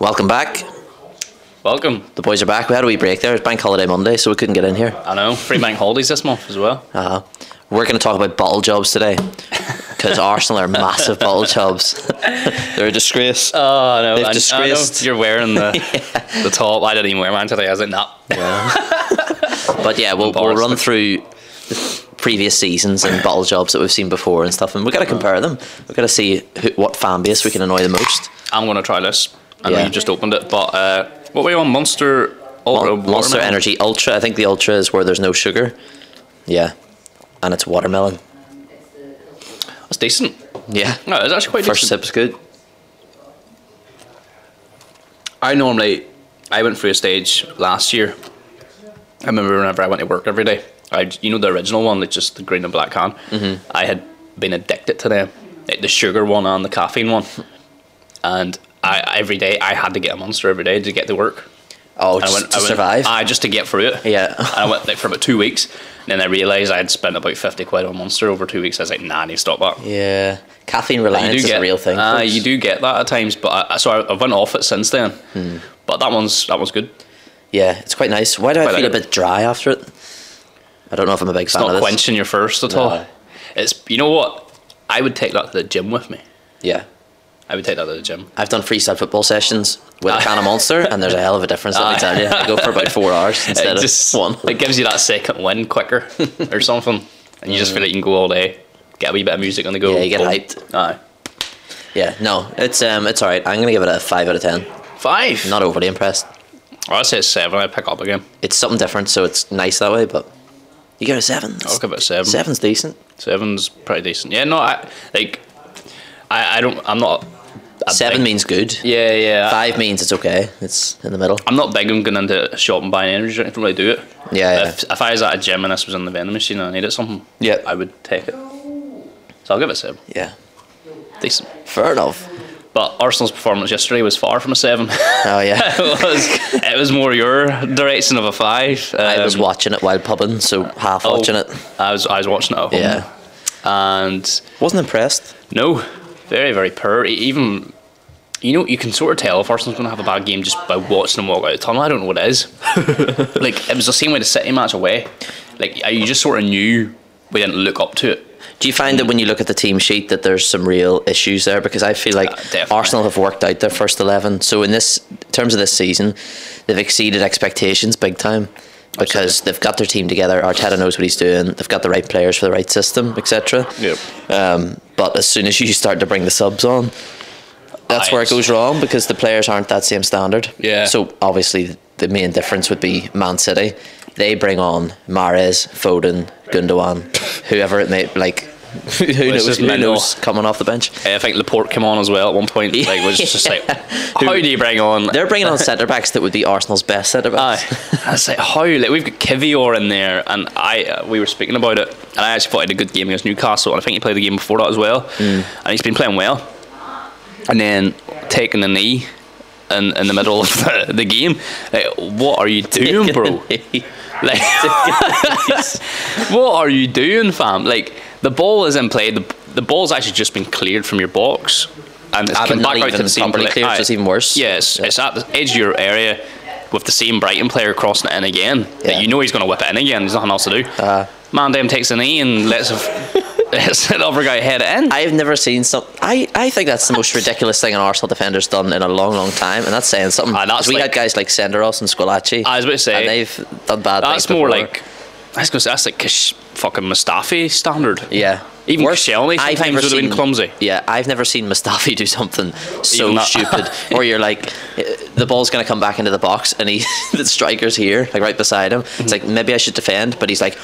Welcome back. Welcome. The boys are back. We had a wee break there. It's Bank Holiday Monday, so we couldn't get in here. I know. Free bank holidays this month as well. Uh, we're going to talk about bottle jobs today because Arsenal are massive bottle jobs. Uh, They're a disgrace. Oh, I know. Ah, They've I- I know disgraced- You're wearing the the top. I didn't even wear mine today. I was like, nah. but yeah, we'll, we'll run through the previous seasons and bottle jobs that we've seen before and stuff, and we've got to Uh-huh. compare them. We've got to see who, what fan base we can annoy the most. I'm gonna try this. I Yeah. know you just opened it, but uh, what were you on Monster? Ultra Mon- Monster Watermelon? Energy Ultra. I think the Ultra is where there's no sugar. Yeah, and it's watermelon. That's decent. Yeah, No, it's actually quite first decent. sip's good. I normally I went through a stage last year. I remember whenever I went to work every day. I you know the original one, like just the green and black can. Mm-hmm. I had been addicted to them, like the sugar one and the caffeine one, and I every day I had to get a monster every day to get to work. Oh, And just I went, to I went, survive. I just to get through it. Yeah. I went like for about two weeks, and then I realized I had spent about fifty quid on monster over two weeks. I was like, nah, I need to stop that. yeah, caffeine reliance is a real thing. Ah, folks. you do get that at times, but I, so I, I've went off it since then. Hmm. But that one's that one's good. It's Yeah, it's quite nice. Why do I Quite feel like a it. bit dry after it? I don't know if I'm a big fan not of this. quenching your thirst at No. all. It's you know what? I would take that to the gym with me. Yeah, I would take that to the gym. I've done freestyle football sessions with a Aye. can of Monster, and there's a hell of a difference. Let me Aye. tell you, I go for about four hours instead it Ah. just of one. it gives you that second win quicker or something, and you just feel like you can go all day. Get a wee bit of music on the go. Yeah, you get boom. hyped. Aye. Yeah, no, it's um, it's all right. I'm gonna give it a five out of ten. Five. Not overly impressed. I'd say seven. I'd pick up again. It's something different, so it's nice that way. But you get a seven. I'll give it a seven. Seven's decent. Seven's pretty decent. Yeah, no, I like. I, I don't. I'm not. a seven big- means good. Yeah, yeah. Five means it's okay. It's in the middle. I'm not big on going into a shop and buying energy drink. I don't really do it. Yeah, yeah. If, if I was at a gym and this was in the vending machine and I needed something, Yeah. I would take it. So I'll give it a seven. Yeah. Decent. Fair enough. But Arsenal's performance yesterday was far from a seven. Oh yeah. it was. It was more your direction of a five. I was Um, watching it while pubbing, so half oh, watching it. I was. I was watching it at home. Yeah. And Wasn't impressed. No, very very poor. E- Even you know you can sort of tell if Arsenal's going to have a bad game just by watching them walk out of the tunnel. I don't know what it is. like it was the same way the City match away. Like you just sort of knew we didn't look up to it. Do you find that when you look at the team sheet that there's some real issues there? Because I feel like Uh, definitely. Arsenal have worked out their first eleven. So in this in terms of this season, they've exceeded expectations big time because they've got their team together. Arteta knows what he's doing. They've got the right players for the right system, etc. Yep. Um, but as soon as you start to bring the subs on, that's Aye, where it it's- goes wrong because the players aren't that same standard. Yeah. So obviously the main difference would be Man City. They bring on Mares, Foden, Gundogan, whoever it may like. who knows? is Who mental. knows? Coming off the bench, Eh, I think Laporte came on as well at one point. Like was just like, how do you bring on? they're bringing on centre backs that would be Arsenal's best centre Aye. backs. I was like, how? Like, we've got Kivior in there, and I uh, we were speaking about it, and I actually thought he had a good game against Newcastle, and I think he played the game before that as well, and he's been playing well. And then taking the knee in, in the middle of the, the game, like, what are you doing, bro? Like, what are you doing, fam? Like, the ball is in play. The, the ball's actually just been cleared from your box, and it's Ah, come but not back out to even the same properly place. cleared, so it's even worse. Yes, it's at the edge of your area with the same Brighton player crossing it in again. Yeah. Uh-huh. That you know he's going to whip it in again. There's nothing else to do. Uh, Mandem takes a knee and lets, a, lets the other guy head it in. I've never seen some. I, I think that's the most ridiculous thing an Arsenal defender's done in a long, long time, and that's saying something. Ah, that's 'Cause we like- had guys like Senderos and Scolacci. I was about to say, and they've done bad. that's things more before. like. I was gonna say, that's like Kish, fucking Mustafi standard. Yeah. Even Worse, Koscielny I've sometimes never would have been seen- clumsy. Yeah, I've never seen Mustafi do something so Even that. stupid where you're like, eh, the ball's going to come back into the box and he, the striker's here, like right beside him. Mm-hmm. It's like, maybe I should defend, but he's like,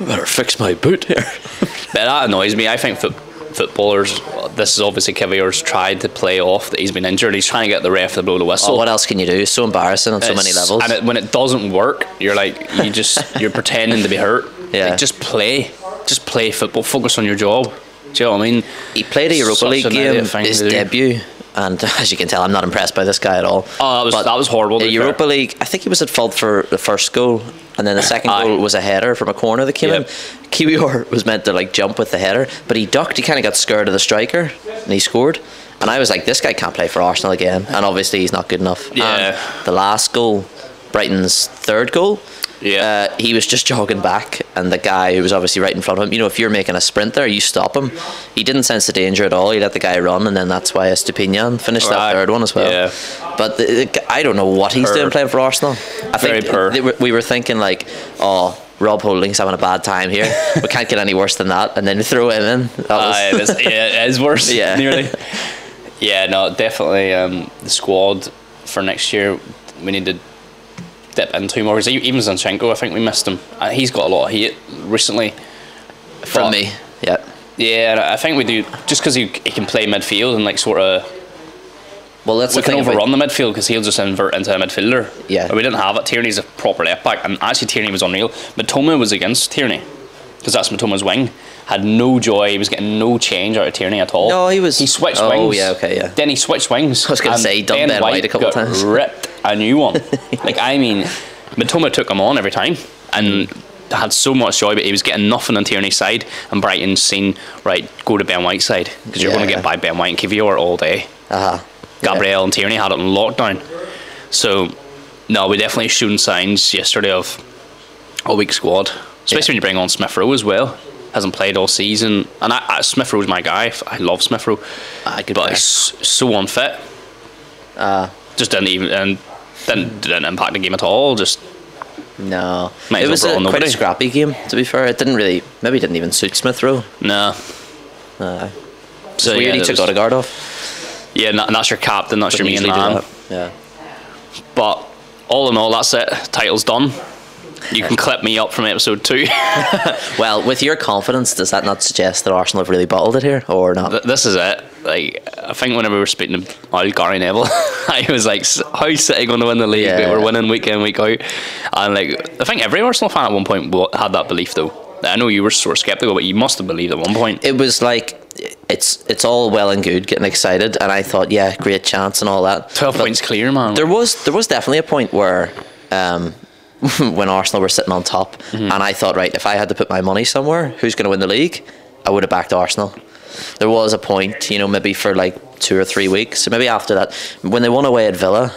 I better fix my boot here. But that annoys me. I think foot, footballers, this is obviously Kivior's tried to play off that he's been injured. He's trying to get the ref to blow the whistle. So Oh, what else can you do? It's so embarrassing on so many Oh. It's- levels. And it, when it doesn't work, you're like, you just, you're pretending to be hurt. Yeah. Like, just play. Just play football. Focus on your job. Do you know what I mean? he played a Europa such League an game, idiot thing his to do. debut, and as you can tell, I'm not impressed by this guy at all. Oh, that was, But that was horrible. to The be fair. Europa League, I think he was at fault for the first goal, and then the second Aye. goal was a header from a corner that came Yep. in. Kiwior was meant to like jump with the header, but he ducked. He kind of got scared of the striker, and he scored. And I was like, this guy can't play for Arsenal again. And obviously, he's not good enough. Yeah. And the last goal, Brighton's third goal, Yeah. uh, he was just jogging back, and the guy who was obviously right in front of him, you know, if you're making a sprint there, you stop him. He didn't sense the danger at all. He let the guy run, and then that's why Estupinian finished that Right. third one as well. Yeah. But the, the, g- I don't know what he's Poor. doing playing for Arsenal. I Very think poor. they were- we were thinking, like, oh, Rob Holding's having a bad time here. we can't get any worse than that. And then we throw him in. That was- Aye, it was, yeah, it is worse. Yeah. nearly. Yeah, no, definitely. Um, the squad for next year, we need to dip into more. Because even Zinchenko, I think we missed him. Uh, He's got a lot of hate recently. from But- me. Yeah. Yeah, and I think we do just because he, he can play midfield and like sort of Well, that's we the can thing about- overrun the midfield because he'll just invert into a midfielder. Yeah. And we didn't have it. Tierney's a proper left back, and actually Tierney was unreal. Matoma was against Tierney because that's Matoma's wing. Had no joy. He was getting no change out of Tierney at all. No, he was- He switched Oh, wings. yeah, okay, yeah. Then he switched wings. I was gonna and say, he done Ben Ben White a couple got times. Ripped a new one. like I mean, Matoma took him on every time and. Had so much joy, but he was getting nothing on Tierney's side, and Brighton's seen right go to Ben White's side because you're going to Yeah. get by Ben White and Kivior all day. Uh-huh. Gabriel and Tierney had it on lockdown. So, no, we definitely shown signs yesterday of a weak squad, especially when you bring on Smith Rowe as well. Hasn't played all season, and I, I, Smith Rowe's my guy. F- I love Smith Rowe, Aye, good but player. he's so unfit. Uh, Uh. just didn't even and didn't, didn't impact the game at all. Just No, it Might as well was put a, on quite nobody. a scrappy game. To be fair, it didn't really, maybe it didn't even suit Smith Rowe. no. No, it's So weird yeah, he there took was- Odegaard off. yeah, and that- and that's your captain, that's your Didn't main usually do man. that. Yeah, But all in all, that's it. Title's done. You can clip me up from episode two. Well, with your confidence, does that not suggest that Arsenal have really bottled it here, or not? Th- this is it. Like I think whenever we were speaking to Al Gary Neville, I was like, "S- "How's City going to win the league? But Yeah. We're winning week in, week out." And like I think every Arsenal fan at one point wa- had that belief though. I know you were sort of skeptical, but you must have believed at one point. It was like it's it's all well and good getting excited, and I thought, yeah, great chance and all that. Twelve points clear, man. There was there was definitely a point where, um, when Arsenal were sitting on top, and I thought, right, if I had to put my money somewhere, who's going to win the league? I would have backed Arsenal. There was a point, you know, maybe for like two or three weeks, maybe after that, when they won away at Villa,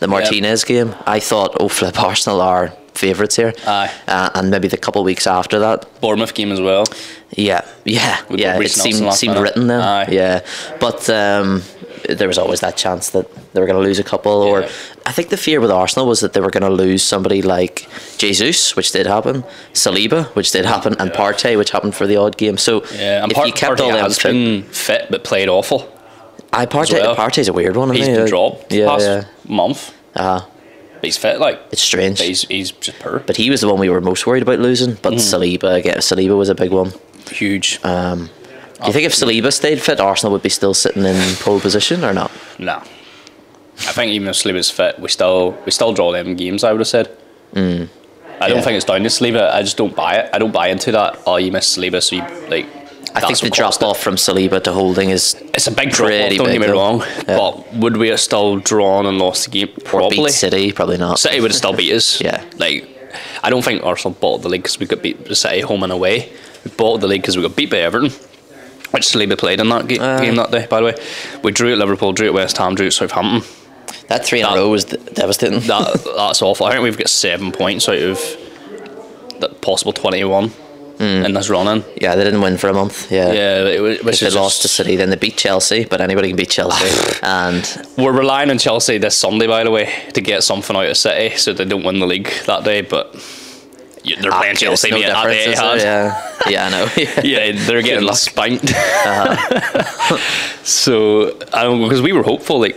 the Martinez game. I thought, oh flip, Arsenal are favourites here, Aye. uh, and maybe the couple weeks after that, Bournemouth game as well. yeah, yeah, With yeah. It Reece Nelson seemed last seemed minute. written then. Aye. Yeah, but um, there was always that chance that they were going to lose a couple. Or Yeah. I think the fear with Arsenal was that they were going to lose somebody like Jesus, which did happen, Saliba, which did happen, and Yeah. Partey, which happened for the odd game. So Yeah, and if part, you kept Partey all them has fit, been fit but played awful. I Partey, well. Partey's a weird one. He's isn't he? been Like, dropped uh, Yeah, past yeah. month. Uh-huh. But he's fit, like, It's strange. but he's he's just poor. But he was the one we were most worried about losing. But Mm-hmm. Saliba, again, Saliba was a big one. Huge. Um, do you think if Saliba stayed fit, Arsenal would be still sitting in pole position or not? No. I think even if Saliba's fit, we still we still draw them games. I would have said. I don't Mm. Yeah. think it's down to Saliba. I just don't buy it. I don't buy into that. Oh, you missed Saliba, so you like. I think the drop off from Saliba to holding is It's a big drop. pretty Don't get big, me though. wrong, Yeah. but would we have still drawn and lost the game? beat Probably. City, probably not. City would have still beat us. Yeah. Like, I don't think Arsenal bought the league because we got beat by City home and away. We bought the league because we got beat by Everton, which Saliba played in that ga- Aye. game that day. By the way, we drew at Liverpool, drew at West Ham, drew at Southampton. That three in a That- row was d- devastating. that that's awful. I think we've got seven points out of that possible twenty-one in this running. yeah, they didn't win for a month. Yeah. Hmm. Yeah, it, was- If which they is lost to just- City, then they beat Chelsea, but anybody can beat Chelsea. and We're relying on Chelsea this Sunday, by the way, to get something out of City, so they don't win the league that day. But you- they're playing it's Chelsea, mate, at the difference, is there? Yeah, Etihad. yeah, I know. yeah, they're getting spanked. Uh-huh. so I don't because we were hopeful. Like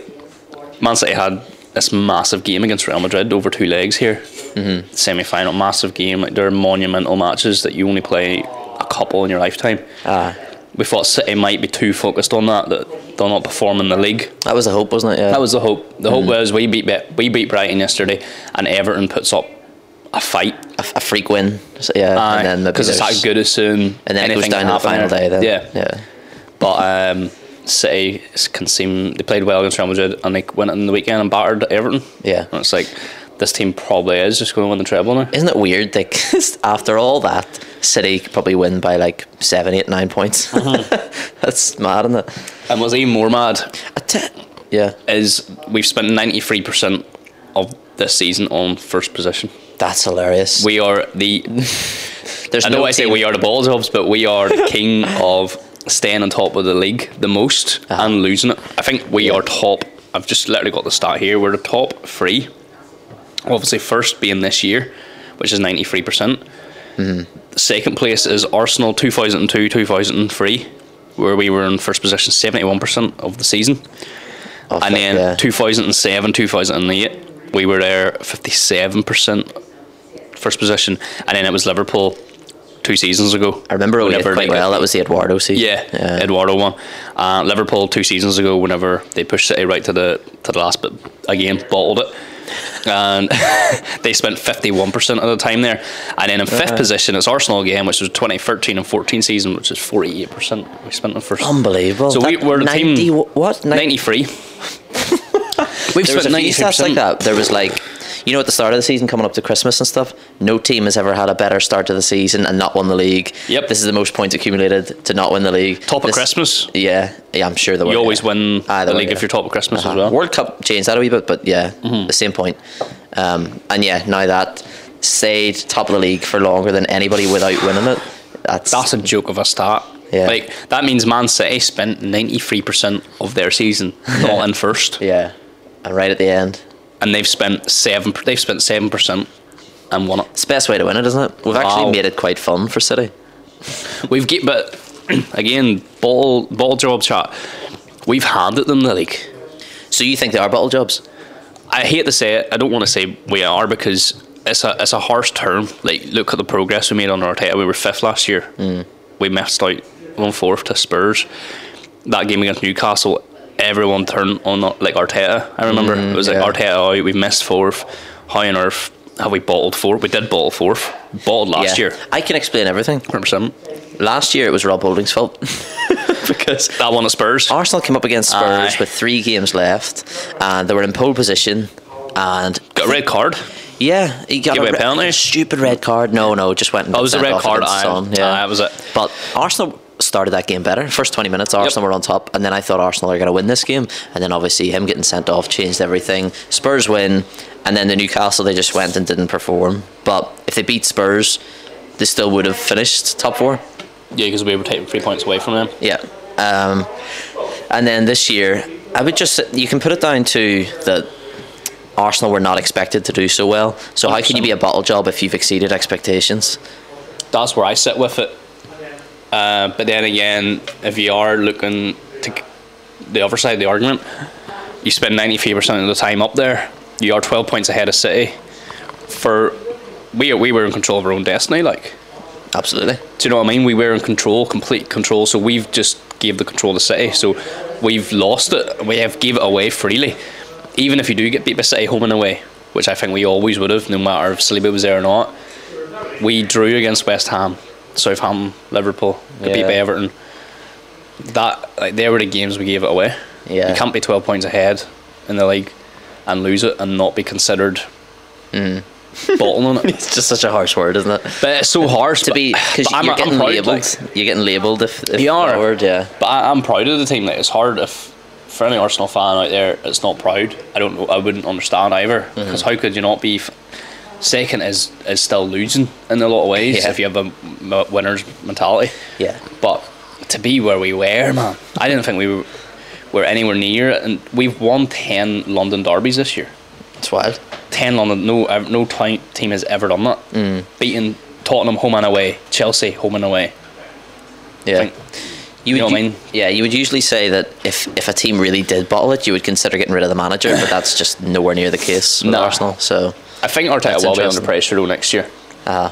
Man City had this massive game against Real Madrid over two legs here, mm-hmm. semi final, massive game. Like they're monumental matches that you only play a couple in your lifetime. Ah. we thought City might be too focused on that that they're not performing the league. Mm-hmm. that was the hope, wasn't it? Yeah. That was the hope. The hope was we beat Be- we beat Brighton yesterday, and Everton puts up a fight a, f- a freak win. So, yeah, and then maybe because it's there's- at Goodison, And then it goes anything down can to the final happen day. Then Yeah, yeah. but um, City can seem they played well against Real Madrid and they went in the weekend and battered Everton. Yeah. and it's like this team probably is just going to win the treble now. Isn't it weird? Like after all that, City could probably win by like seven, eight, nine points. Uh-huh. That's mad, isn't it? And what's even more mad I te- yeah, is we've spent 93% of this season on first position. that's hilarious. We are the. There's I know no I say team- we are the ball jobs, but we are the king of staying on top of the league the most Uh-huh. and losing it. I think we are top. I've just literally got the stat here. We're the top three. Obviously, first being this year, which is 93%. Mm-hmm. Second place is Arsenal 2002 2003, where we were in first position 71% of the season. Oh, fuck, And then yeah. 2007, 2008, we were there 57% first position. And then it was Liverpool two seasons ago. I remember it whenever quite they got- well. That was the Eduardo season. Yeah, Eduardo won. Uh, Liverpool two seasons ago, whenever they pushed City right to the to the last, but again bottled it. And they spent fifty one percent of the time there. And then in Uh-huh. fifth position, it's Arsenal again, which was 2013 and 14 season, which is forty eight percent we spent on first. Unbelievable. So we That were the 90, team wh- What? Nin- ninety three. We've there was spent a few ninety three stats like percent. that. There was like, you know, at the start of the season, coming up to Christmas and stuff, no team has ever had a better start to the season and not won the league. Yep. This is the most points accumulated to not win the league. Top of This- Christmas, Yeah, yeah, I'm sure there were. you always yeah. Ah, win Aye, there the were, league yeah. if you're top of Christmas as Uh-huh. well. Mm-hmm. World Cup changed that a wee bit, but yeah, the same point. Um, and yeah, now that stayed top of the league for longer than anybody without winning it. That's, That's a joke of a start. Yeah. Like that means Man City spent ninety three percent of their season not in first, yeah, and right at the end, and they've spent seven. They've spent seven percent and won it. it's the best way to win it, isn't it? We've Wow. actually made it quite fun for City. We've get, but again, ball ball job chat. We've handed them the league. So you think they are bottle jobs? I hate to say it. I don't want to say we are because it's a it's a harsh term. Like look at the progress we made on Arteta. We were fifth last year. Mm. We missed out one fourth to Spurs. That game against Newcastle, everyone turned on like Arteta. I remember it was Mm-hmm, yeah. like Arteta. out, We missed fourth. How on earth have we bottled fourth? We did bottle fourth. Bottled last year. I can explain everything. 100%. Last year it was Rob Holding's fault. Because that one at Spurs. Arsenal came up against Spurs Aye. with three games left, and they were in pole position. And Got a red card. yeah, he got Give away a re- penalty? stupid red card. No, no, just went. And Oh, got it was a sent red off card. against Aye. Son, Aye, that was it. But Arsenal started that game better. First twenty minutes, Arsenal were on top, and then I thought Arsenal are going to win this game. And then obviously him getting sent off changed everything. Spurs win, and then the Newcastle they just went and didn't perform. But if they beat Spurs, they still would have finished top four. Yeah, because we were taking three points away from them. Yeah. Um, and then this year, I would just you can put it down to that Arsenal were not expected to do so well. So how can you be a bottle job if you've exceeded expectations? that's where I sit with it. Uh, but then again, if you are looking to c- the other side of the argument, you spend ninety three percent of the time up there. You are twelve points ahead of City. For we we were in control of our own destiny. Like, Absolutely. do you know what I mean? We were in control, complete control. So we've just gave the control to City. So we've lost it. We have gave it away freely. Even if you do get beat by City home and away, which I think we always would have, no matter if Saliba was there or not we drew against West Ham, Southampton, Liverpool, got beat Yeah. by Everton. That like they were the games we gave it away. Yeah. You can't be twelve points ahead in the league and lose it and not be considered Hmm. bottling it. It's just such a harsh word, isn't it? But it's so harsh To be because you're getting labelled. You're getting labelled if, if You are. that word, yeah. But I, I'm proud of the team. Like, it's hard if for any Arsenal fan out there, it's not proud. I don't. know I wouldn't understand either. Because how could you not be? F- second is is still losing in a lot of ways Yeah. if you have a m- winner's mentality. Yeah. But to be where we were, man, I didn't think we were, were anywhere near. it. And we've won ten London derbies this year. It's wild. Ten London. No, ev- no ti- team has ever done that. Mm. Beating Tottenham home and away, Chelsea home and away. Yeah. Think- you know would what I u- mean? Yeah, you would usually say that if, if a team really did bottle it, you would consider getting rid of the manager, but that's just nowhere near the case with Nah. Arsenal. So, I think Arteta That's will be under interesting. pressure though next year. uh,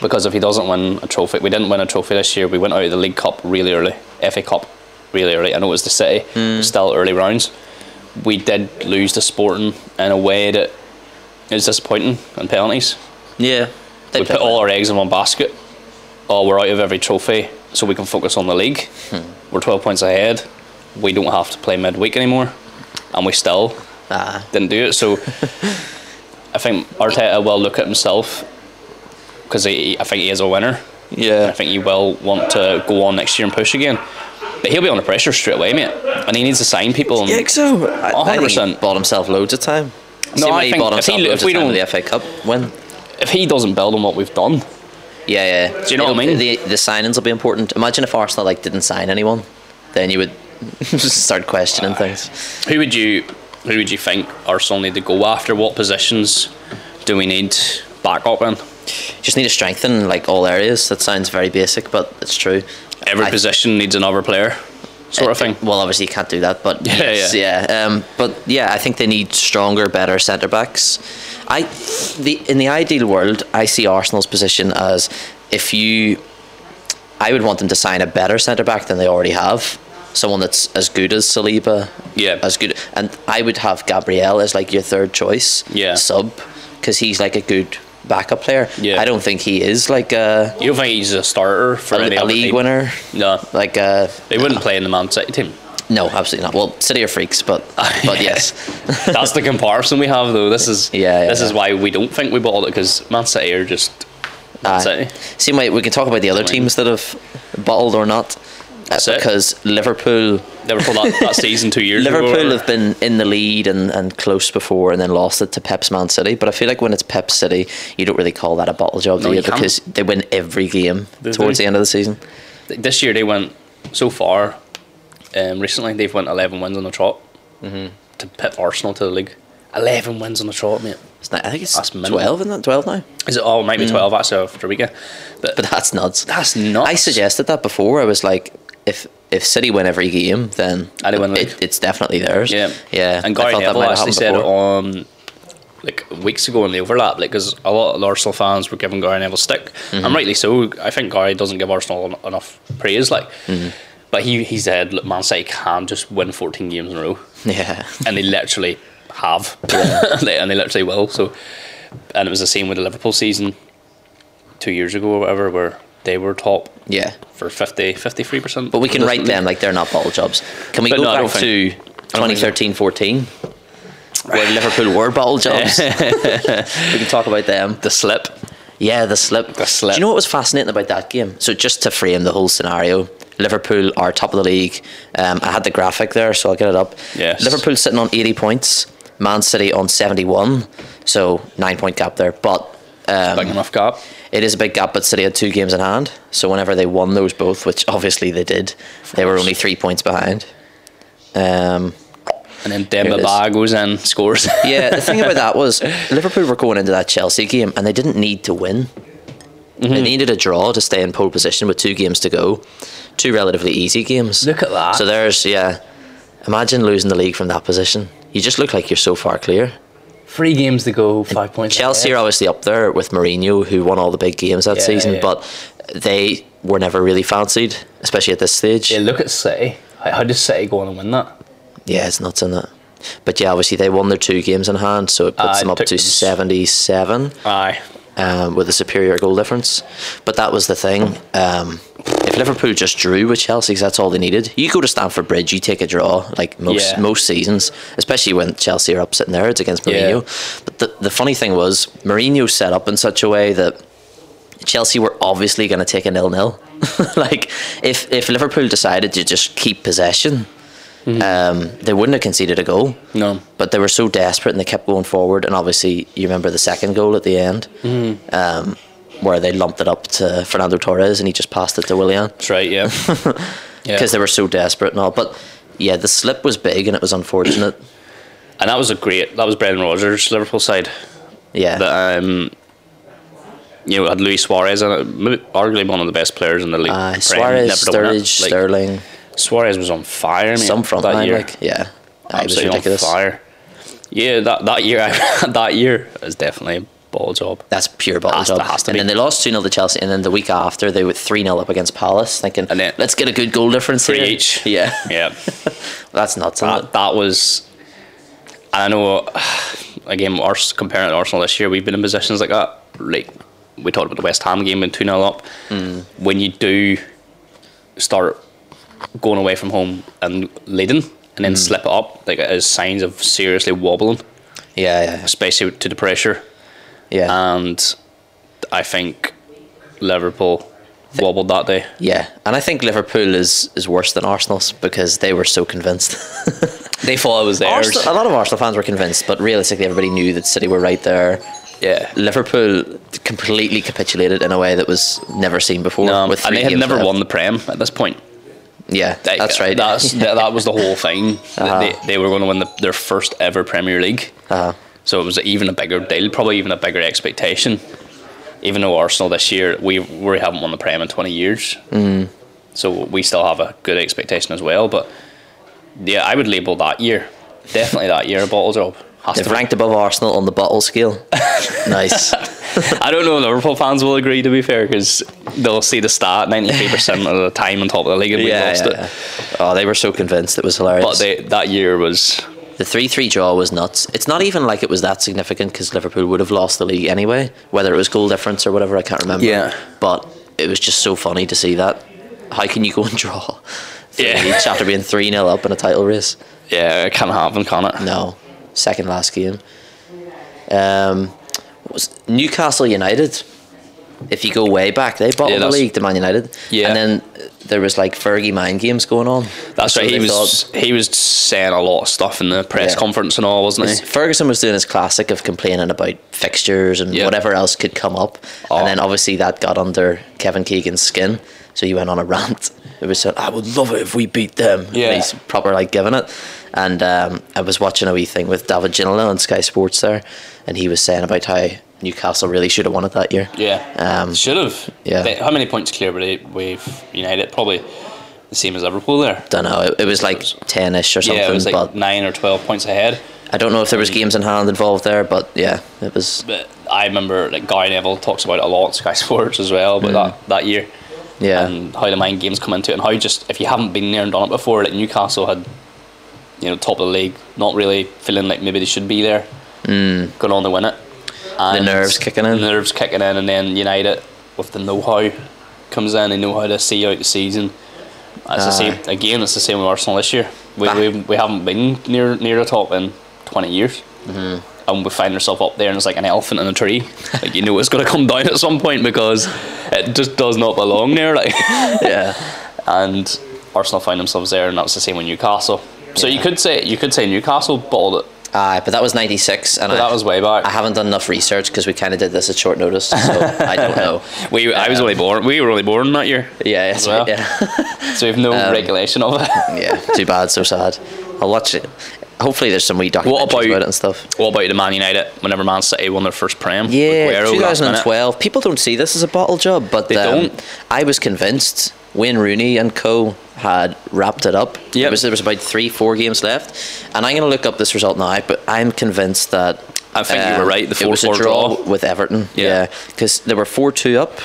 because if he doesn't win a trophy, we didn't win a trophy this year. We went out of the League Cup really early, FA Cup really early. I know it was the City, but still early rounds. We did lose to Sporting in a way that is disappointing and penalties. yeah. They We put all our eggs in one basket. Oh, we're out of every trophy, so we can focus on the league. We're 12 points ahead. We don't have to play midweek anymore, and we still Ah. didn't do it. So I think Arteta will look at himself because I think he is a winner. Yeah. I think he will want to go on next year and push again. But he'll be under pressure straight away, mate. And he needs to sign people. And You think so? um, I- I, think he 100%. bought himself loads of time. No, Same I way he think bought if he- himself if loads we of time with don't- the FA Cup win. If he doesn't build on what we've done, Yeah, yeah. Do you know what I mean? The, the signings will be important. Imagine if Arsenal like didn't sign anyone, then you would start questioning things. who would you who would you think Arsenal need to go after? What positions do we need backup in? Just need to strengthen like all areas. That sounds very basic, but it's true. Every I- position needs another player, sort of thing. Well, obviously you can't do that, but Yeah, yes, yeah. yeah. Um, but yeah, I think they need stronger, better centre backs. I, the in the ideal world, I see Arsenal's position as if you, I would want them to sign a better centre back than they already have, someone that's as good as Saliba, Yeah. as good, and I would have Gabriel as like your third choice, Yeah. sub, because he's like a good backup player. Yeah. I don't think he is like uh, a, You don't think he's a starter for any a, a other league team? winner, No, like a. they wouldn't play in the Man City team. No, absolutely not. Well, City are freaks, but but yes, That's the comparison we have, though. This is Yeah, yeah, this is yeah. why we don't think we bought it because Man City are just Man Aye. City. See, mate, Uh, we can talk about the other Fine. teams that have bottled or not, uh, That's it. because Liverpool, Liverpool that, that season two years ago. Liverpool whatever. have been in the lead and, and close before, and then lost it to Pep's Man City. But I feel like when it's Pep City, you don't really call that a bottle job, do No, you? you can't. Because they win every game They towards do. the end of the season. this year they went so far. Um, recently they've went eleven wins on the trot Mm-hmm. to pip Arsenal to the league. Eleven wins on the trot, mate. It's not, I think it's That's mental. twelve, isn't it? Twelve now. Is it? Oh, it might be twelve actually after a weekend. But, Mm. But that's nuts. that's nuts. I suggested that before. I was like, if if City win every game, then And they win the it, league. it's definitely theirs. Yeah, yeah. And I Gary thought that Neville might have actually happened said it before. on like weeks ago in the overlap, like because a lot of Arsenal fans were giving Gary Neville stick, Mm-hmm. and rightly so. I think Gary doesn't give Arsenal en- enough praise, like. Mm-hmm. But he he said, look, Man City can just win fourteen games in a row. Yeah. and they literally have, They- and they literally will. So, and it was the same with the Liverpool season two years ago or whatever, where they were top Yeah. for 50, 53 percent. But we can write them like they're not bottle jobs. Can we But go no, I back don't to think- I don't think so. 2013-14 where Liverpool were bottle jobs? we can talk about them. the slip. Yeah, the slip. The slip. Do you know what was fascinating about that game? So just to frame the whole scenario, Liverpool are top of the league. Um, I had the graphic there, so I'll get it up. Yes. Liverpool sitting on 80 points, Man City on 71, so nine point gap there. But Um, Big enough gap. it is a big gap, but City had two games in hand. So whenever they won those both, which obviously they did, they were only three points behind. Um, And then Here it Demba is. Ba goes in, scores. yeah, the thing about that was Liverpool were going into that Chelsea game and they didn't need to win. Mm-hmm. They needed a draw to stay in pole position with two games to go, two relatively easy games. Look at that. So there's yeah. Imagine losing the league from that position. You just look like you're so far clear. Three games to go, five points. Chelsea are obviously up there with Mourinho, who won all the big games that Yeah, season, yeah. but they were never really fancied, especially at this stage. Yeah, Yeah, look at City. How, how does City go on and win that? it's nuts in that. But yeah, obviously they won their two games in hand, so it puts Aye, them up Uh, took to them s- 77 Aye. um, with a superior goal difference. But that was the thing. Um, if Liverpool just drew with Chelsea, 'cause that's all they needed. You go to Stamford Bridge, you take a draw, like most Yeah. most seasons, especially when Chelsea are up sitting there. It's against Mourinho. But the, the funny thing was, Mourinho set up in such a way that Chelsea were obviously going to take a nil nil. like if if Liverpool decided to just keep possession, um, they wouldn't have conceded a goal. No. But they were so desperate and they kept going forward. And obviously, you remember the second goal at the end, Mm-hmm. um, where they lumped it up to Fernando Torres and he just passed it to Willian That's right, yeah. yeah. because they were so desperate and all. But yeah, the slip was big and it was unfortunate. And that was a great, that was Brendan Rodgers, Liverpool side. Yeah, Uh, that um, you know had Luis Suarez in it, maybe arguably one of the best players in the league. Aye, Prem, Suarez, never to win it. Sturridge, Like, Sterling, Suarez was on fire, mate, some front that line, year. like yeah, Aye, it was absolutely ridiculous. on fire. Yeah, that that year, I, that year is definitely a ball job. That's pure bottle Has to- job. has to and be. then they lost 2 0 to Chelsea, and then the week after they were 3 0 up against Palace, thinking, And then- let's get a good goal difference Three here. each. Ah. Yeah. Yeah, That's nuts. isn't it? that, that was. And I know, again, Ars, comparing it to Arsenal this year, we've been in positions like that. Like we talked about the West Ham game and two 0 up. When you do start going away Mm. from home and leading, and then slip it up, like it is signs of seriously wobbling. Yeah, yeah, especially to the pressure. Ah. yeah. And I think Liverpool wobbled that day. Yeah, and I think Liverpool is, is worse than Arsenal's because they were so convinced. They thought it was theirs. Arsenal, a lot of Arsenal fans were convinced, but realistically, everybody knew that City were right there. yeah. Liverpool completely capitulated in a way that was never seen before. No, with Um, and three they had games never left. won the Prem at this point. Yeah, Like, that's right. Uh-huh. That's, that, that was the whole thing. They, they were going to win the, their first ever Premier League. Uh, So it was even a bigger deal, probably even a bigger expectation. Even though Arsenal this year, we we haven't won the Prem in 20 years. Mm. So we still have a good expectation as well. But yeah, I would label that year, definitely that year, a bottle job. Has they've to be. ranked above Arsenal on the bottle scale. nice. I don't know if Liverpool fans will agree, to be fair, because they'll see the stat 93% of the time on top of the league and we yeah, lost yeah, it. yeah. Oh, they were so convinced. It was hilarious. But they, that year was The 3 3 draw was nuts. It's not even like it was that significant because Liverpool would have lost the league anyway, whether it was goal difference or whatever, I can't remember. Yeah. But it was just so funny to see that. How can you go and draw three Yeah. each after being 3 0 up in a title race? Yeah, it can happen, can it? No. Second last game. Um, was Newcastle United. If you go way back, they bottled Yeah, the that's- league to Man United. Yeah. And then uh, there was like Fergie mind games going on. That's So right. He they was thought- he was saying a lot of stuff in the press Yeah. conference and all, wasn't he? Ferguson was doing his classic of complaining about fixtures and Yeah. whatever else could come up, Oh. and then obviously that got under Kevin Keegan's skin, so he went on a rant. It was said, "I would love it if we beat them." And Yeah. he's proper like giving it. And um, I was watching a wee thing with David Ginola on Sky Sports there, and he was saying about how Newcastle really should have won it that year. Yeah. Um, Should have. yeah. They- how many points clear were they with United? Probably the same as Liverpool there. Don't know. It, it was like ten-ish or something, Yeah, it was like but nine or twelve points ahead. I don't know if there was games in hand involved there. But yeah, it was. But I remember like Guy Neville talks about it a lot on Sky Sports as well, but that, that year. Yeah, And how the mind games come into it and how just if you haven't been there and done it before, like Newcastle had you know, top of the league, not really feeling like maybe they should be there. Mm. Going on to win it. And nerves kicking in. The nerves kicking in, and then United with the know how comes in. They know how to see out the season. That's the same again. It's the same with Arsenal this year. We, Ah. we, we haven't been near near the top in twenty years, mm-hmm. and we find ourselves up there, and it's like an elephant in a tree. like you know, it's going to come down at some point because it just does not belong there. Like yeah, and Arsenal find themselves there, and that's the same with Newcastle. So you could say you could say Newcastle bottled it, aye. But that was '96, and but I, that was way back. I haven't done enough research because we kind of did this at short notice, so I don't know. we I was only born. We were only born that year, Um, Yeah, yes, well. yeah, so we have no regulation of it. yeah. Too bad, so sad. I'll watch it. Hopefully, there's some wee documentaries about, about- it and stuff. What about the Man United? Whenever Man City won their first Prem, with Yeah, Guerrero last minute. 2012. People don't see this as a bottle job, but they don't. I was convinced Wayne Rooney and co had wrapped it up. There Yep. was there was about three, four games left, and I'm going to look up this result now. But I'm convinced that uh, I think you were right, the it was a 4-4 draw, draw. with Everton. Yeah. Yeah, because they were four two up.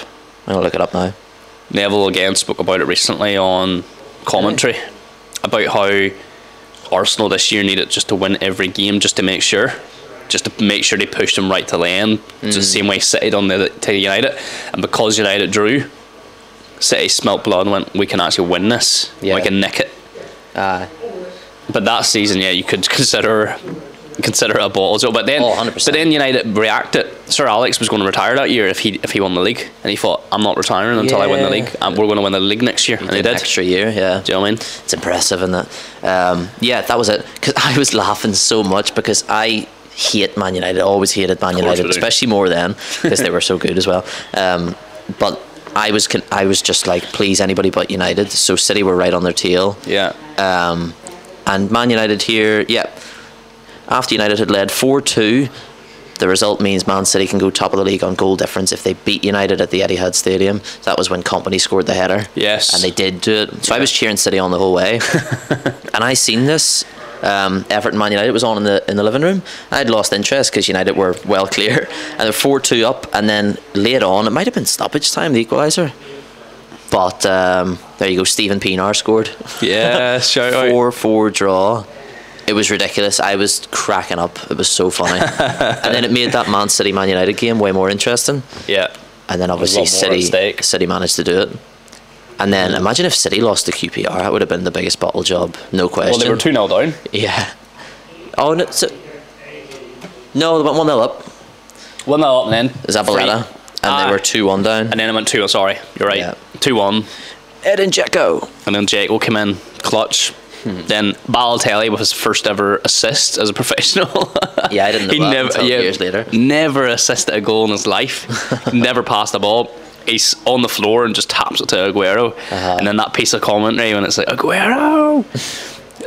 I'm going to look it up now. Neville again spoke about it recently on commentary about how Arsenal this year needed just to win every game just to make sure. Just to make sure they pushed them right to the end. It's the same way City done the, to United. And because United drew, City smelt blood and went, we can actually win this. Yeah. We can nick it. Uh, But that season, yeah, you could consider consider it a bottle job. But then, Oh, but 100%. then United reacted. Sir Alex was going to retire that year if he if he won the league, and he thought, "I'm not retiring until I win the Yeah. league, and we're going to win the league next year." And they an did. extra year, yeah. Do you know what I mean? It's impressive, and that. Um, yeah, that was it. Because I was laughing so much because I hate Man United. I always hated Man course United, we do. especially more then because they were so good as well. Um, but I was con- I was just like, please, anybody but United. So City were right on their tail. Yeah. Um, and Man United here, yeah. After United had led 4 2, the result means Man City can go top of the league on goal difference if they beat United at the Etihad Stadium. That was when Company scored the header. Yes. And they did do it. So I was cheering City on the whole way. and I seen this. Um, Everton Man United was on in the in the living room. I'd lost interest because United were well clear, and they're four two up. And then late on, it might have been stoppage time, the equaliser. But um, there you go. Stephen Pienaar scored Yeah. shout out. four four draw. It was ridiculous. I was cracking up. It was so funny. and then it made that Man City Man United game way more interesting. Yeah. And then was a obviously lot more City at stake. Mm. City managed to do it. And then imagine if City lost to QPR, that would have been the biggest bottle job, no Well, they question. were two 0 down. yeah. Oh no. So, No, they went 1 0 up. One nil up and then Zabaleta. three. And they Ah. were 2 1 down. and then I went two. Sorry, you're right. Yeah. Two one, Ed and Jacko. and then Jake will come in clutch. Hmm. Then Balotelli with his first ever assist as a professional. Yeah, I didn't know that until years later. Never assisted a goal in his life. never passed a ball. He's on the floor and just taps it to Aguero, Uh-huh. and then that piece of commentary when it's like Aguero,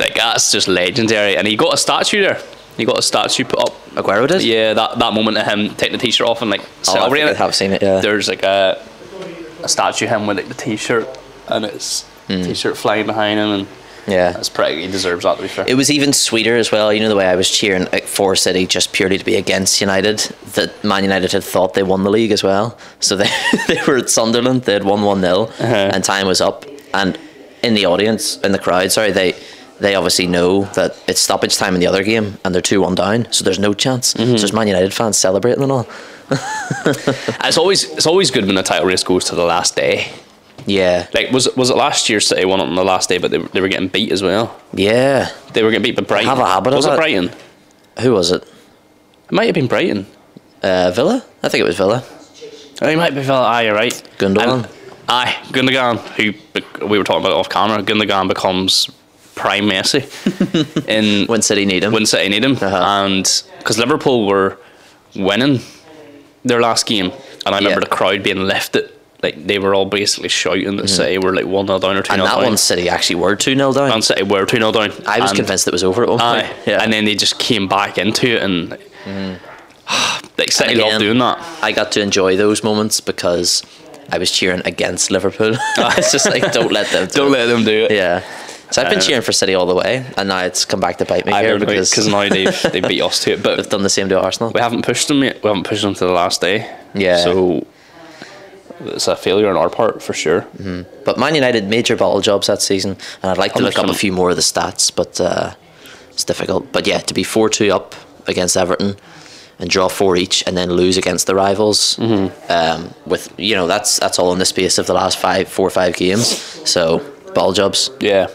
like that's just legendary. And he got a statue there. He got a statue put up. Aguero did? Yeah, that, that moment of him taking the t-shirt off and like Oh, I celebrating. think I have seen it, yeah. There's like a a statue of him with like the t-shirt and it's t-shirt flying behind him and Yeah. that's pretty. He deserves that to be fair. It was even sweeter as well. You know the way I was cheering like, for City just purely to be against United. That Man United had thought they won the league as well, so they they were at Sunderland. They had won one 0 Uh-huh. and time was up. And in the audience, in the crowd, sorry, they they obviously know that it's stoppage time in the other game, and they're two one down. So there's no chance. Mm-hmm. So there's Man United fans celebrating and all. it's always it's always good when a title race goes to the last day. Yeah, Like was it was it last year City won it on the last day, but they, they were getting beat as well. yeah. They were getting beat by Brighton. have a habit of was it that. Brighton? It Who was it? might have been Brighton. Uh, Villa? I think it was Villa. Oh, he might be Villa. Aye, you're right. Gundogan. And- Aye, Gundogan, who bec- we were talking about off camera. Gundogan becomes prime Messi in When City need him. when City need him, Uh-huh. and because Liverpool were winning their last game, and I remember Yeah. the crowd being lifted, like they were all basically shouting that City were like one 0 down or two 0 Mm-hmm. and that down. one, City actually were two 0 down. and City were two 0 down. I was and, convinced it was over at one point. Aye, and then they just came back into it, and like City Mm-hmm. again- love doing that. I got to enjoy those moments because I was cheering against Liverpool. it's just like don't let them. do Don't it. let them do it. Yeah. So I've been Uh, cheering for City all the way, and now it's come back to bite me I here don't because because because now they've they beat us to it, but they've done the same to Arsenal. we haven't pushed them yet. We haven't pushed them to the last day. Yeah. So it's a failure on our part for sure. Mm-hmm. But Man United major bottle jobs that season, and I'd like to look up a 100%. few more of the stats, but uh, it's difficult. But yeah, to be four two up against Everton and draw four each, and then lose against the rivals, Mm-hmm. um, with you know that's that's all in the space of the last five four or five games. So bottle jobs, Yeah.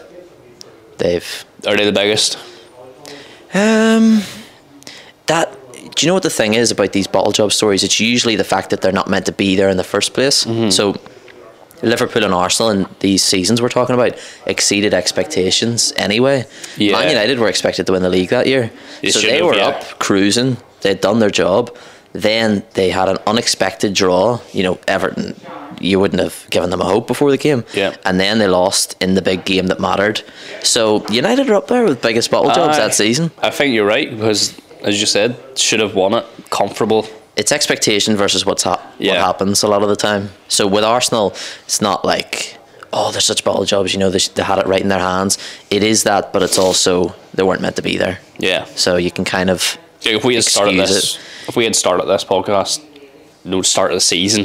they've Are they the biggest? Um, that do you know what the thing is about these bottle job stories? It's usually the fact that they're not meant to be there in the first place. Mm-hmm. So Liverpool and Arsenal in these seasons we're talking about exceeded expectations anyway. Yeah. Man United were expected to win the league that year, They so should they have, were yeah. up cruising. They'd done their job. Then they had an unexpected draw. You know, Everton. You wouldn't have given them a hope before the game. Yeah. And then they lost in the big game that mattered. So United are up there with biggest bottle jobs Aye. that season. I think you're right because, as you said, should have won it. Comfortable. it's expectation versus what's hap- what Yeah. happens a lot of the time. So with Arsenal, it's not like oh they're such bottle jobs. You know they, sh- they had it right in their hands. It is that, but it's also they weren't meant to be there. Yeah. So you can kind of If we had started Excuse this, if we had started this podcast, no start of the season,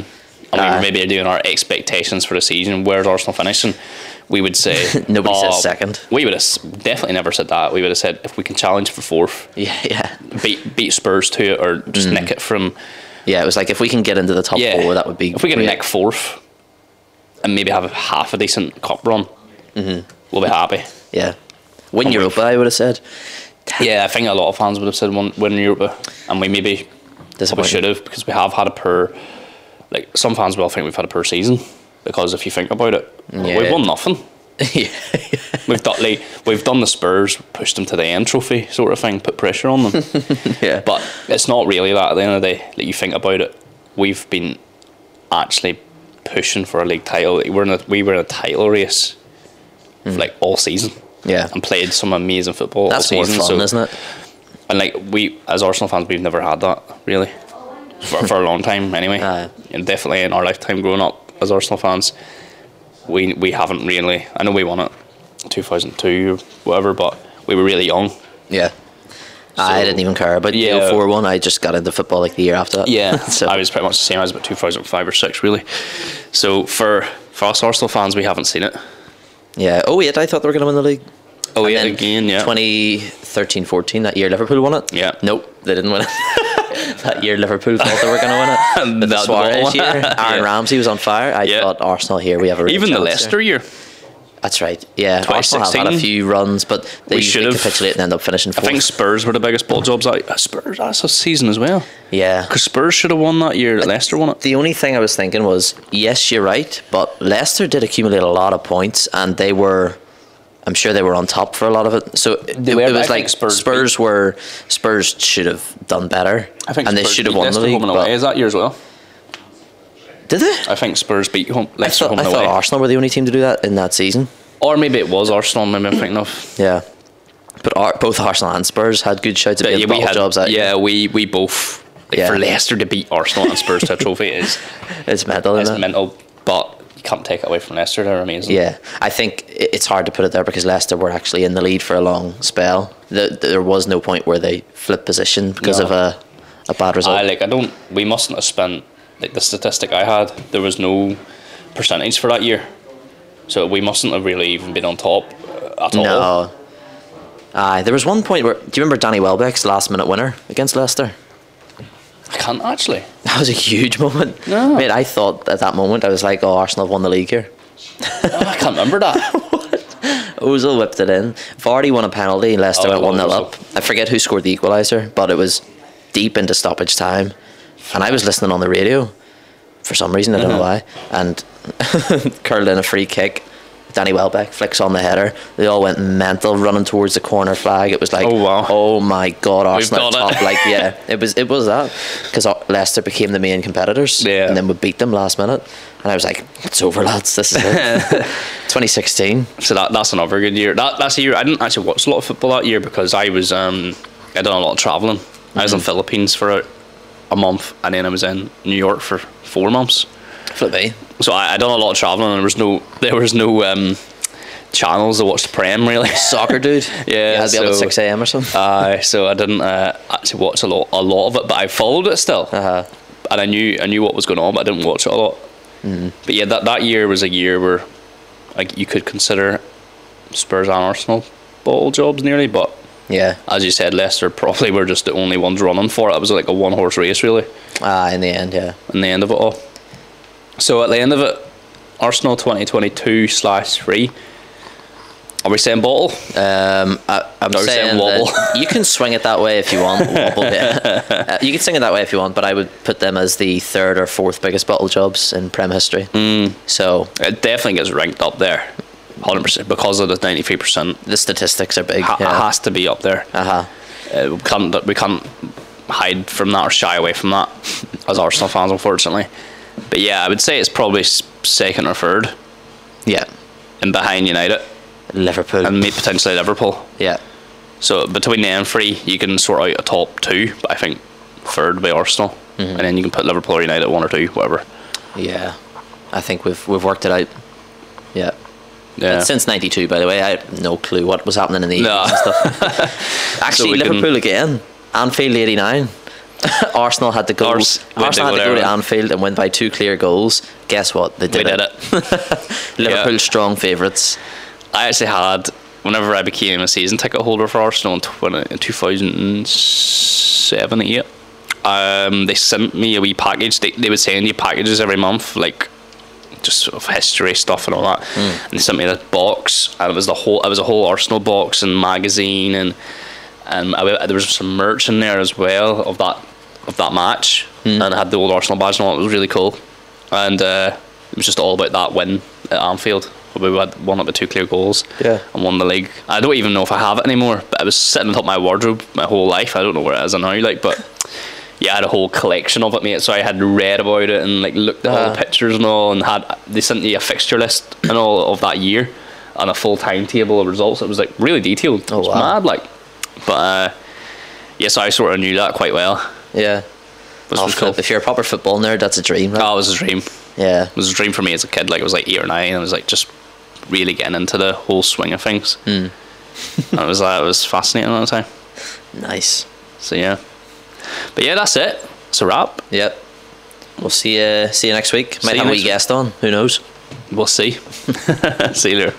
and we Aye. were maybe doing our expectations for the season, where's Arsenal finishing? We would say Nobody says "Oh, second." We would have s- definitely never said that. We would have said if we can challenge for fourth, yeah yeah beat beat Spurs to it, or just nick it from Oh, yeah. It was like if we can get into the top Mm. yeah. four, that would be if we can great. nick fourth, and maybe have a half a decent cup run. Mm-hmm. We'll be happy. yeah win Europa. I would have said Yeah, I think a lot of fans would have said one win Europa, and we maybe probably Disappointing. should have because we have had a poor. Like some fans will think we've had a poor season because if you think about it, Yeah. we've won nothing. yeah. We've done like, we've done the Spurs, pushed them to the end trophy sort of thing, put pressure on them. yeah but it's not really that. At the end of the day, like you think about it, we've been actually pushing for a league title. Like, We're in a, we were in a title race for like all season. Hmm. Yeah. and played some amazing football. that's all more season, fun, so- isn't it? and like we, as Arsenal fans, we've never had that really for, for a long time. Anyway, Aye. and definitely in our lifetime growing up as Arsenal fans, we we haven't really. I know we won it, two thousand two, whatever, but we were really young. Yeah. I So- didn't even care about Yeah. the 04 one. I just got into football like the year after that. Yeah, so I was pretty much the same. I was about two thousand five or six, really. So for for us Arsenal fans, we haven't seen it. yeah. Oh wait, I thought they were going to win the league. Oh And yeah, then again, yeah. 2013 14, that year Liverpool won it. Yeah. Nope, they didn't win it. that year Liverpool thought they were going to win it. And The that Suarez one. year, Aaron Yeah. Ramsey was on fire. I Yeah. thought Arsenal here, we have a real Even the chance Leicester here. year, That's right. Yeah, Arsenal have had a 2016? few runs, but they We usually should've. capitulate and end up finishing I fourth. think Spurs were the biggest ball jobs. Out. uh, Spurs that's a season as well. yeah. Because Spurs should have won that year. Leicester won it. The only thing I was thinking was, yes, you're right, but Leicester did accumulate a lot of points, and they were, I'm sure they were on top for a lot of it. So it, They were, it but I was think like Spurs, Spurs were Spurs should have done better, I think and Spurs they should have beat won the Leicester league. Home and away. But Is that year as well? did they? I think Spurs beat home, I Leicester thought, home I and thought away. Arsenal were the only team to do that in that season. or maybe it was Arsenal. Maybe I'm thinking of. Yeah, but Ar- both Arsenal and Spurs had good shouts at But being yeah, the we bottle had, jobs. Out. yeah, we we both like, Yeah. for Leicester to beat Arsenal and Spurs to a trophy is it's mental. is Isn't it? mental, but you can't take it away from Leicester. They're amazing. Yeah, I think i- it's hard to put it there because Leicester were actually in the lead for a long spell. The, there was no point where they flipped position because No. of a, a bad result. I like. I don't. We mustn't have spent like the statistic I had. There was no percentage for that year, so we mustn't have really even been on top uh, at all. no. Aye, there was one point where do you remember Danny Welbeck's last minute winner against Leicester? I can't actually. That was a huge moment. No. Mate, I thought at that moment I was like, "Oh, Arsenal have won the league here." I can't remember that. Ozil whipped it in. Vardy won a penalty. Leicester Oh, went one 0 Ozil. up. I forget who scored the equaliser, but it was deep into stoppage time, and I was listening on the radio for some reason. I don't know Uh-huh. why. And curled in a free kick. Danny Welbeck flicks on the header. They all went mental, running towards the corner flag. It was like, Oh, wow. oh my god, Arsenal done it. top. like, yeah, it was it was that because Leicester became the main competitors. Yeah. and then we beat them last minute. And I was like, it's over, lads. This is it. 2016. so that that's another good year. That that's a year I didn't actually watch a lot of football that year because I was um I done a lot of traveling. I was in Philippines for a, a month and then I was in New York for four months. Flip me. So I, I done a lot of traveling and there was no there was no um channels to watch the prem really. soccer dude. Yeah, I'd be up at so- six a.m. or something. Uh, so I didn't uh, actually watch a lot, a lot of it, but I followed it still, Uh-huh. and I knew I knew what was going on, but I didn't watch it a lot. But yeah, that, that year was a year where like you could consider Spurs and Arsenal ball jobs nearly, but yeah, as you said, Leicester probably were just the only ones running for it. It was like a one horse race really, ah, in the end, yeah. in the end of it all. So at the end of it, Arsenal twenty twenty two slash three. Are we saying bottle? Um, I, I'm No, we're saying saying that wobble. you can swing it that way if you want. Wobble, yeah. Uh, you can swing it that way if you want, but I would put them as the third or fourth biggest bottle jobs in Prem history. So It definitely gets ranked up there, hundred percent, because of the ninety three percent. the statistics are big. ha- yeah. has to be up there. Uh-huh. Uh, we can't we can't hide from that or shy away from that as Arsenal fans, unfortunately. But yeah, I would say it's probably s- second or third, Yeah. and behind United Liverpool. and maybe potentially Liverpool. yeah. So between them three, you can sort out a top two. But I think third would be Arsenal, and then you can put Liverpool or United at one or two, whatever. Yeah. I think we've we've worked it out. Yeah. Yeah. Since '92, by the way, I had no clue what was happening in the No. 80s and stuff. Actually, we can- Liverpool again. Anfield '89. Arsenal had to go. Ars- we Arsenal had did to go to whatever. Anfield and win by two clear goals. Guess what? They did, we did it. Liverpool yeah. strong favourites. I actually had whenever I became a season ticket holder for Arsenal in, 20, in 2007 8 um, they sent me a wee package they, they would send you packages every month like just sort of history stuff and all that and they sent me that box and it was the whole it was a whole Arsenal box and magazine and and I, there was some merch in there as well of that of that match and it had the old Arsenal badge and all it was really cool and uh, it was just all about that win at Anfield where we had one up with two clear goals Yeah. and won the league I don't even know if I have it anymore but it was sitting atop my wardrobe my whole life I don't know where it is now like but yeah I had a whole collection of it mate so I had read about it and like looked at all Uh-huh. the pictures and all and had they sent me a fixture list and all of that year and a full timetable of results it was like really detailed Oh, it was wow. mad like but uh, yes, I sort of knew that quite well. Yeah. Which Oh, was cool. Ah. flip, If you're a proper football nerd, that's a dream. Right? That was a dream. oh, It Yeah. was a dream for me as a kid. Like I was like eight or nine, and I was like just really getting into the whole swing of things. Hmm. Mm. and it was like it was fascinating at the time. Nice. So yeah, but yeah, that's it. It's a wrap. Yep. We'll see. Uh, see you next week. See Might you have a next wee week. guest on. Who knows? We'll see. see you later.